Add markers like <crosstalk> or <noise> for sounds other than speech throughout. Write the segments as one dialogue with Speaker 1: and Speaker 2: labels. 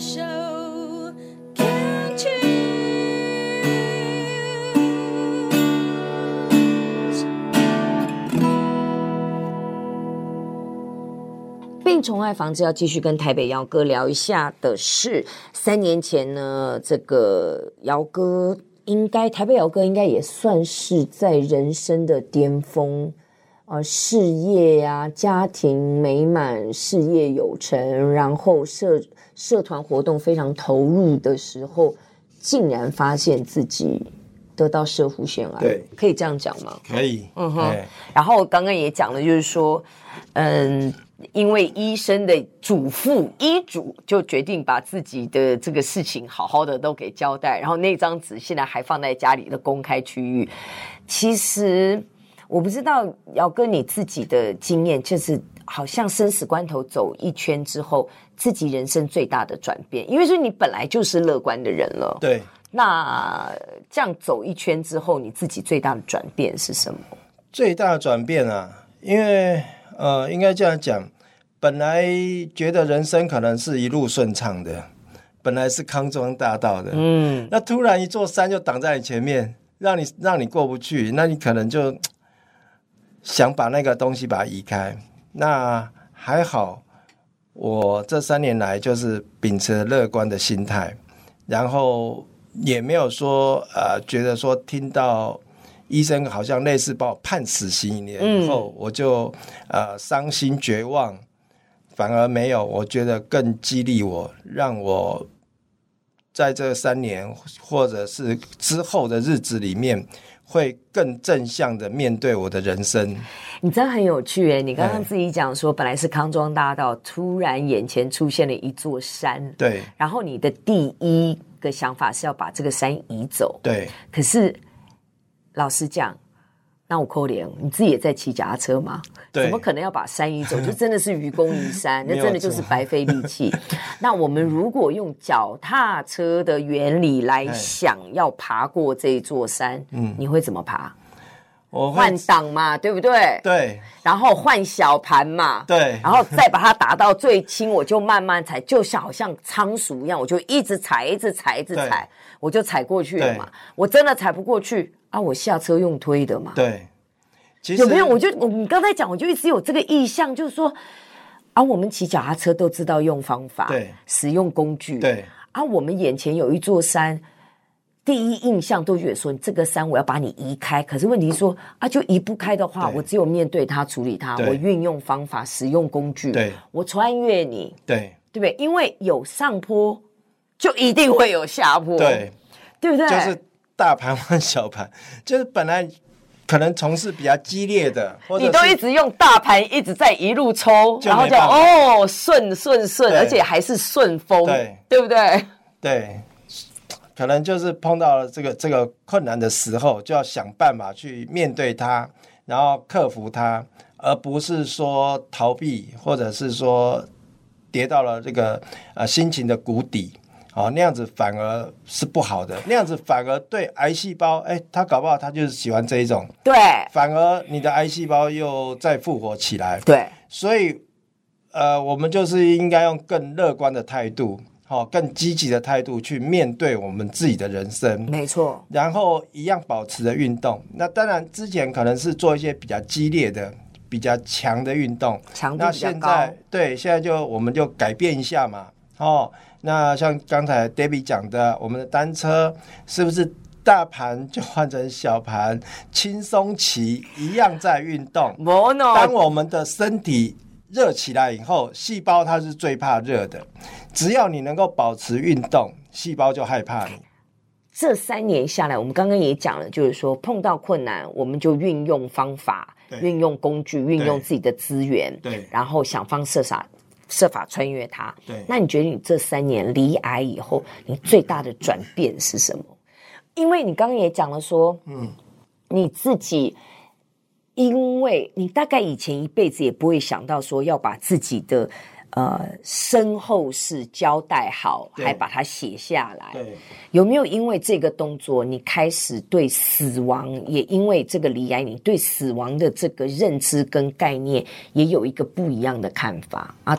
Speaker 1: 手，Can't you？
Speaker 2: 病虫害防治要继续跟台北姚哥聊一下的是，三年前呢，这个姚哥应该台北姚哥应该也算是在人生的巅峰，呃，事业呀、家庭美满、事业有成，然后社社团活动非常投入的时候，竟然发现自己得到射护腺癌，
Speaker 3: 对，
Speaker 2: 可以这样讲吗？
Speaker 3: 可以，
Speaker 2: 嗯哼
Speaker 3: 哎，
Speaker 2: 然后我刚刚也讲了，就是说，嗯，因为医生的嘱咐，医嘱就决定把自己的这个事情好好的都给交代。然后那张纸现在还放在家里的公开区域。其实我不知道姚哥你自己的经验，就是好像生死关头走一圈之后，自己人生最大的转变，因为说你本来就是乐观的人了。
Speaker 3: 对，
Speaker 2: 那这样走一圈之后，你自己最大的转变是什么？
Speaker 3: 最大的转变啊，因为呃，应该这样讲，本来觉得人生可能是一路顺畅的，本来是康庄大道的，
Speaker 2: 嗯，
Speaker 3: 那突然一座山就挡在你前面，让你让你过不去，那你可能就想把那个东西把它移开。那还好，我这三年来就是秉持乐观的心态，然后也没有说呃觉得说听到。医生好像类似把我判死刑以
Speaker 2: 嗯
Speaker 3: 后，我就呃伤心绝望，反而没有，我觉得更激励我，让我在这三年或者是之后的日子里面，会更正向的面对我的人生。
Speaker 2: 你真的很有趣耶！你刚刚
Speaker 3: 哎
Speaker 2: 自己讲说，本来是康庄大道，突然眼前出现了一座山，
Speaker 3: 对
Speaker 2: 然后你的第一个想法是要把这个山移走。
Speaker 3: 对，
Speaker 2: 可是老实讲，那我扣脸，你自己也在骑脚踏车吗？
Speaker 3: 对
Speaker 2: 怎么可能要把山移
Speaker 3: <laughs>
Speaker 2: 走？就真的是愚公移山，那
Speaker 3: 没有
Speaker 2: 真的就是
Speaker 3: 错
Speaker 2: 白费力
Speaker 3: <laughs>
Speaker 2: 气。那我们如果用脚踏车的原理来
Speaker 3: 哎
Speaker 2: 想要爬过这座山，嗯，你会怎么爬？
Speaker 3: 我
Speaker 2: 换
Speaker 3: 会
Speaker 2: 挡嘛，对不对？
Speaker 3: 对
Speaker 2: 然后换小盘嘛，
Speaker 3: 对
Speaker 2: 然后再把它打到最轻，我就慢慢踩，就像好像仓鼠一样，我就一直踩，一直踩，一直踩，我就踩过去了嘛。我真的踩不过去啊，我下车用推的嘛。
Speaker 3: 对，其实
Speaker 2: 有没有？我就我你刚才讲，我就一直有这个意向，就是说啊，我们骑脚踏车都知道用方法，
Speaker 3: 对
Speaker 2: 使用工具，
Speaker 3: 对
Speaker 2: 啊，我们眼前有一座山。第一印象都觉得说，这个山我要把你移开。可是问题是说啊，就移不开的话，
Speaker 3: 对
Speaker 2: 我只有面对它、处理它，
Speaker 3: 对
Speaker 2: 我运用方法、使用工具，
Speaker 3: 对
Speaker 2: 我穿越你，
Speaker 3: 对
Speaker 2: 对不对？因为有上坡，就一定会有下坡，
Speaker 3: 对，
Speaker 2: 对不对？
Speaker 3: 就是大盘换小盘，就是本来可能从事比较激烈的，或者
Speaker 2: 你都
Speaker 3: 是
Speaker 2: 一直用大盘一直在一路抽，
Speaker 3: 就
Speaker 2: 然后
Speaker 3: 没
Speaker 2: 就
Speaker 3: 办法
Speaker 2: 哦顺顺顺，
Speaker 3: 对
Speaker 2: 而且还是顺风，
Speaker 3: 对
Speaker 2: 不对？
Speaker 3: 对，可能就是碰到了这个这个困难的时候，就要想办法去面对它，然后克服它，而不是说逃避，或者是说跌到了这个呃心情的谷底。哦，那样子反而是不好的，那样子反而对癌细胞，哎、它搞不好它就是喜欢这一种，
Speaker 2: 对
Speaker 3: 反而你的癌细胞又再复活起来。
Speaker 2: 对，
Speaker 3: 所以，呃，我们就是应该用更乐观的态度，好、更积极的态度去面对我们自己的人生，
Speaker 2: 没错，
Speaker 3: 然后一样保持着运动。那当然，之前可能是做一些比较激烈的、比较强的运动，
Speaker 2: 强度
Speaker 3: 那
Speaker 2: 比较
Speaker 3: 现
Speaker 2: 高
Speaker 3: 在，对，现在就我们就改变一下嘛。哦，那像刚才 Debbie 讲的，我们的单车是不是大盘就换成小盘，轻松骑一样在运动？
Speaker 2: 摩
Speaker 3: 当
Speaker 2: 诺
Speaker 3: 我们的身体热起来以后，细胞它是最怕热的。只要你能够保持运动，细胞就害怕你。
Speaker 2: 这三年下来，我们刚刚也讲了，就是说碰到困难，我们就运用方法，
Speaker 3: 对
Speaker 2: 运用工具，运用
Speaker 3: 对
Speaker 2: 自己的资源，
Speaker 3: 对
Speaker 2: 然后想方设法设法穿越它。
Speaker 3: 对
Speaker 2: 那你觉得你这三年离癌以后，你最大的转变是什么？因为你刚刚也讲了说，嗯，你自己，因为你大概以前一辈子也不会想到说要把自己的呃身后事交代好，
Speaker 3: 对
Speaker 2: 还把它写下来。
Speaker 3: 对，
Speaker 2: 有没有因为这个动作，你开始对死亡，也因为这个离癌，你对死亡的这个认知跟概念，也有一个不一样的看法啊？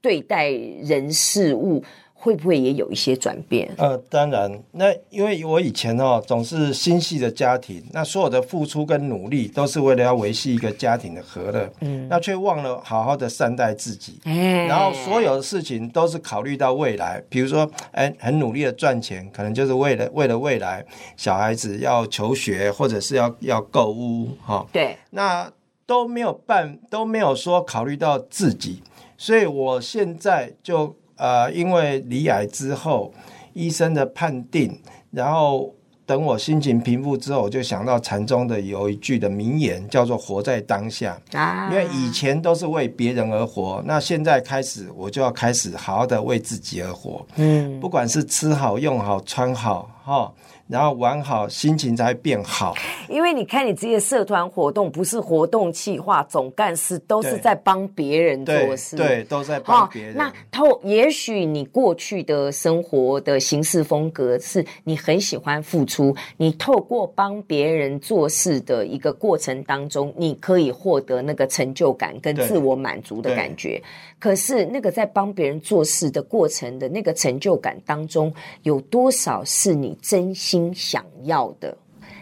Speaker 2: 对待人事物会不会也有一些转变？
Speaker 3: 呃，当然，那因为我以前哦总是心系的家庭，那所有的付出跟努力都是为了要维系一个家庭的和乐，嗯，那却忘了好好的善待自己，
Speaker 2: 哎
Speaker 3: 然后所有的事情都是考虑到未来，比如说，哎，很努力的赚钱，可能就是为了为了未来小孩子要求学，或者是要要购物，哈、
Speaker 2: 对，
Speaker 3: 那都没有办，都没有说考虑到自己，所以我现在就呃，因为离癌之后医生的判定，然后等我心情平复之后，我就想到禅宗的有一句的名言，叫做“活在当下”。
Speaker 2: 啊
Speaker 3: 因为以前都是为别人而活，那现在开始我就要开始好好的为自己而活，
Speaker 2: 嗯，
Speaker 3: 不管是吃好、用好、穿好，哈、然后玩好，心情才会变好。
Speaker 2: 因为你看你这些社团活动，不是活动企划、总干事，都是
Speaker 3: 对
Speaker 2: 在帮别人
Speaker 3: 对
Speaker 2: 做事，
Speaker 3: 对，都在
Speaker 2: 哦
Speaker 3: 帮别人。
Speaker 2: 那透，也许你过去的生活的行事风格是你很喜欢付出，你透过帮别人做事的一个过程当中，你可以获得那个成就感跟
Speaker 3: 对
Speaker 2: 自我满足的感觉。可是那个在帮别人做事的过程的那个成就感当中，有多少是你真心想要的，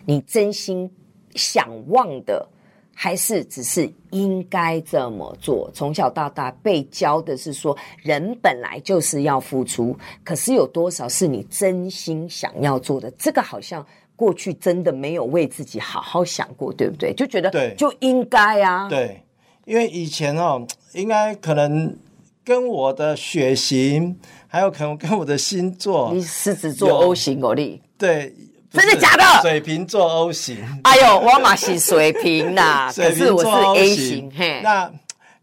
Speaker 2: 你真心想望的？还是只是应该这么做。从小到大被教的是说，人本来就是要付出，可是有多少是你真心想要做的？这个好像过去真的没有为自己好好想过，对不对？就觉得
Speaker 3: 对
Speaker 2: 就应该啊，
Speaker 3: 对，因为以前哦，应该可能跟我的血型，还有可能跟我的星座
Speaker 2: 你，狮子座
Speaker 3: 有
Speaker 2: O 型哦，你
Speaker 3: 对，不
Speaker 2: 真的
Speaker 3: 是
Speaker 2: 假的
Speaker 3: 水瓶座 O 型，
Speaker 2: 哎呦，我嘛是水瓶
Speaker 3: <laughs>
Speaker 2: 呐、啊可
Speaker 3: 水
Speaker 2: 是
Speaker 3: 瓶
Speaker 2: 我
Speaker 3: 座
Speaker 2: 是
Speaker 3: O
Speaker 2: A
Speaker 3: 型
Speaker 2: 型，嘿，
Speaker 3: 那。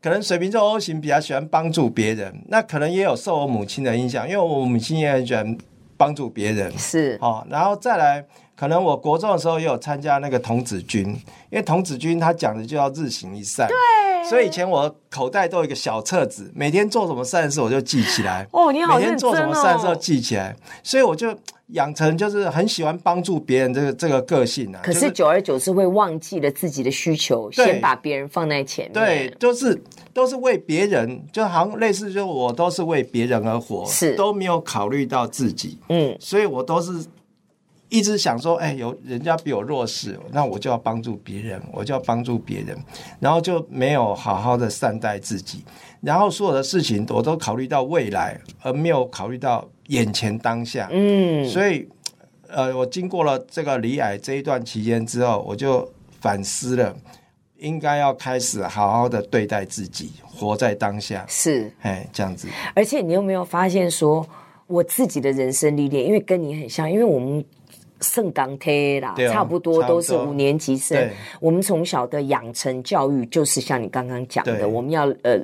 Speaker 3: 可能水瓶座 O 型比较喜欢帮助别人，那可能也有受我母亲的影响，因为我母亲也很喜欢帮助别人。
Speaker 2: 是
Speaker 3: 哦，然后再来，可能我国中的时候也有参加那个童子军，因为童子军他讲的就要日行一善，对，所以以前我口袋都有一个小册子，每天做什么善事我就记起来，
Speaker 2: 哦，你好
Speaker 3: 每
Speaker 2: 认真
Speaker 3: 天做什么善事都
Speaker 2: 哦。
Speaker 3: 记起来，所以我就养成就是很喜欢帮助别人这个这个个性啊，
Speaker 2: 可
Speaker 3: 就是
Speaker 2: 久而久之会忘记了自己的需求，
Speaker 3: 对
Speaker 2: 先把别人放在前面。
Speaker 3: 对，就是都是为别人，就好像类似，就我都是为别人而活，
Speaker 2: 是
Speaker 3: 都没有考虑到自己，
Speaker 2: 嗯，
Speaker 3: 所以我都是一直想说，哎，有人家比我弱势，那我就要帮助别人，我就要帮助别人，然后就没有好好的善待自己，然后所有的事情我都考虑到未来，而没有考虑到眼前当下，
Speaker 2: 嗯，
Speaker 3: 所以，呃，我经过了这个离癌这一段期间之后，我就反思了，应该要开始好好的对待自己，活在当下，
Speaker 2: 是，
Speaker 3: 哎，这样子，
Speaker 2: 而且你有没有发现说，我自己的人生历练，因为跟你很像，因为我们圣港贴啦，
Speaker 3: 对啊
Speaker 2: 差不多都是
Speaker 3: 差不多
Speaker 2: 五年级生
Speaker 3: 对，
Speaker 2: 我们从小的养成教育就是像你刚刚讲的，
Speaker 3: 对
Speaker 2: 我们要呃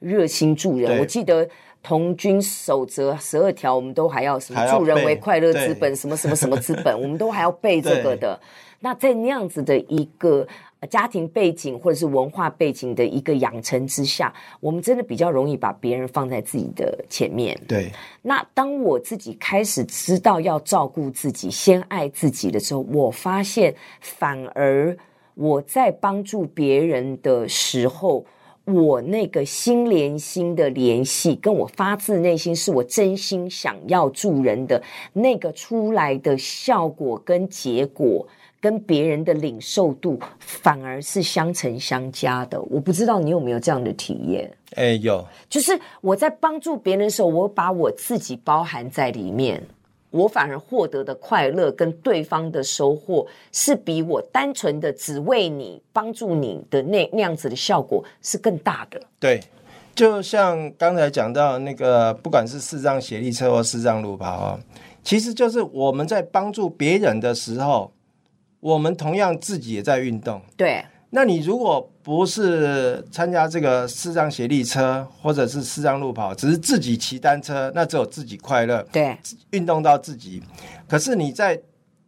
Speaker 2: 热心助人。
Speaker 3: 对
Speaker 2: 我记得。童军守则十二条，我们都还要什么
Speaker 3: 还要
Speaker 2: 助人为
Speaker 3: 背
Speaker 2: 快乐之
Speaker 3: 对
Speaker 2: 本，什么什么什么资本，我们都还要背这个
Speaker 3: 对
Speaker 2: 的。那在那样子的一个呃家庭背景或者是文化背景的一个养成之下，我们真的比较容易把别人放在自己的前面。
Speaker 3: 对，
Speaker 2: 那当我自己开始知道要照顾自己、先爱自己的时候，我发现反而我在帮助别人的时候，我那个心连心的联系，跟我发自内心是我真心想要助人的那个出来的效果跟结果。跟别人的领受度反而是相乘相加的，我不知道你有没有这样的体验。
Speaker 3: 哎，有，
Speaker 2: 就是我在帮助别人的时候，我把我自己包含在里面，我反而获得的快乐跟对方的收获，是比我单纯的只为你帮助你的那那样子的效果是更大的。
Speaker 3: 对。就像刚才讲到那个，不管是视障协力车或视障路跑哦，其实就是我们在帮助别人的时候，我们同样自己也在运动。
Speaker 2: 对，
Speaker 3: 那你如果不是参加这个视障协力车，或者是视障路跑，只是自己骑单车，那只有自己快乐，
Speaker 2: 对，
Speaker 3: 运动到自己。可是你在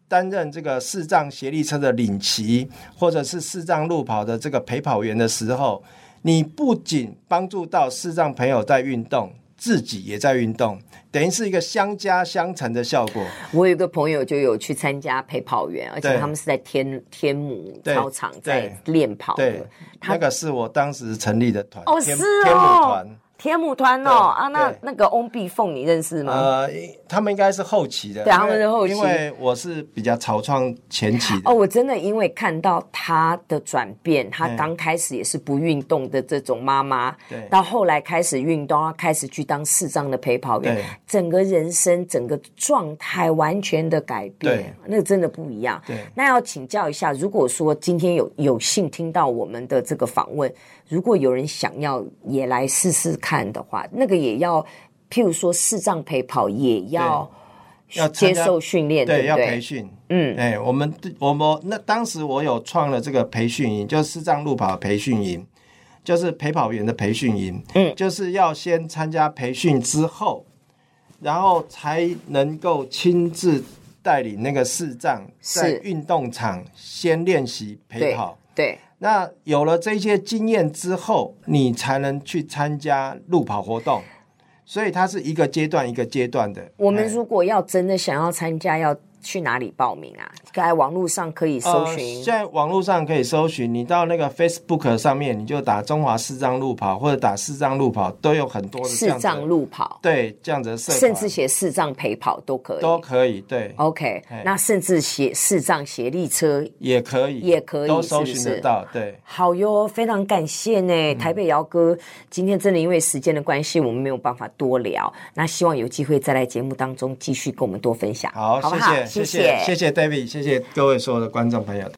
Speaker 3: 担任这个视障协力车的领骑，或者是视障路跑的这个陪跑员的时候，你不仅帮助到视障朋友在运动，自己也在运动，等于是一个相加相乘的效果。
Speaker 2: 我有一个朋友就有去参加陪跑员，而且
Speaker 3: 对
Speaker 2: 他们是在天天母
Speaker 3: 对
Speaker 2: 操场
Speaker 3: 对
Speaker 2: 在练跑
Speaker 3: 对
Speaker 2: 的。，
Speaker 3: 那个是我当时成立的团，
Speaker 2: 哦
Speaker 3: 天
Speaker 2: 是哦
Speaker 3: 天母团。
Speaker 2: 天母团哦
Speaker 3: 对
Speaker 2: 啊，那
Speaker 3: 对
Speaker 2: 那个翁碧凤你认识吗？
Speaker 3: 呃，因他们应该是后期的，
Speaker 2: 啊对他们
Speaker 3: 因为
Speaker 2: 是后期
Speaker 3: 因为我是比较草创前期的。
Speaker 2: 哦，我真的因为看到她的转变，她
Speaker 3: 嗯
Speaker 2: 刚开始也是不运动的这种妈妈，
Speaker 3: 对
Speaker 2: 到后来开始运动，她开始去当视障的陪跑员
Speaker 3: 对，
Speaker 2: 整个人生、整个状态完全的改变
Speaker 3: 对，
Speaker 2: 那个真的不一样。
Speaker 3: 对，
Speaker 2: 那要请教一下，如果说今天有有幸听到我们的这个访问，如果有人想要也来试试看的话，那个也要，譬如说视障陪跑也要
Speaker 3: 要
Speaker 2: 接
Speaker 3: 参加
Speaker 2: 受训练，对
Speaker 3: 对，
Speaker 2: 不
Speaker 3: 要培
Speaker 2: 对？
Speaker 3: 训。
Speaker 2: 嗯，
Speaker 3: 哎、我们我们那当时我有创了这个培训营，就是视障路跑培训营，就是陪跑员的培训营。
Speaker 2: 嗯，
Speaker 3: 就是要先参加培训之后，然后才能够亲自带领那个视障
Speaker 2: 是
Speaker 3: 在运动场先练习陪
Speaker 2: 对
Speaker 3: 跑。
Speaker 2: 对，
Speaker 3: 那有了这些经验之后，你才能去参加路跑活动，所以它是一个阶段一个阶段的。
Speaker 2: 我们
Speaker 3: 哎
Speaker 2: 如果要真的想要参加，要去哪里报名啊？在网络上可以搜
Speaker 3: 呃、
Speaker 2: 寻。
Speaker 3: 现在网络上可以搜寻，你到那个 Facebook 上面，你就打“中华视障路跑”或者打“视障路跑”，都有很多的这
Speaker 2: 视
Speaker 3: 样子的
Speaker 2: 障路跑，
Speaker 3: 对这样子的社团
Speaker 2: 甚至写视障陪跑都可以。
Speaker 3: 都可以，对，
Speaker 2: OK，
Speaker 3: 哎
Speaker 2: 那甚至写视障协力车
Speaker 3: 也可以，
Speaker 2: 也可以
Speaker 3: 都搜
Speaker 2: 是
Speaker 3: 寻
Speaker 2: 不是
Speaker 3: 得到，对。
Speaker 2: 好哟，非常感谢
Speaker 3: 嗯
Speaker 2: 呢，台北姚哥。今天真的因为时间的关系，我们没有办法多聊。那希望有机会再来节目当中继续跟我们多分享，
Speaker 3: 好，
Speaker 2: 好不
Speaker 3: 谢
Speaker 2: 好？
Speaker 3: 谢，谢谢，谢谢 David，谢谢各位所有的观众朋友。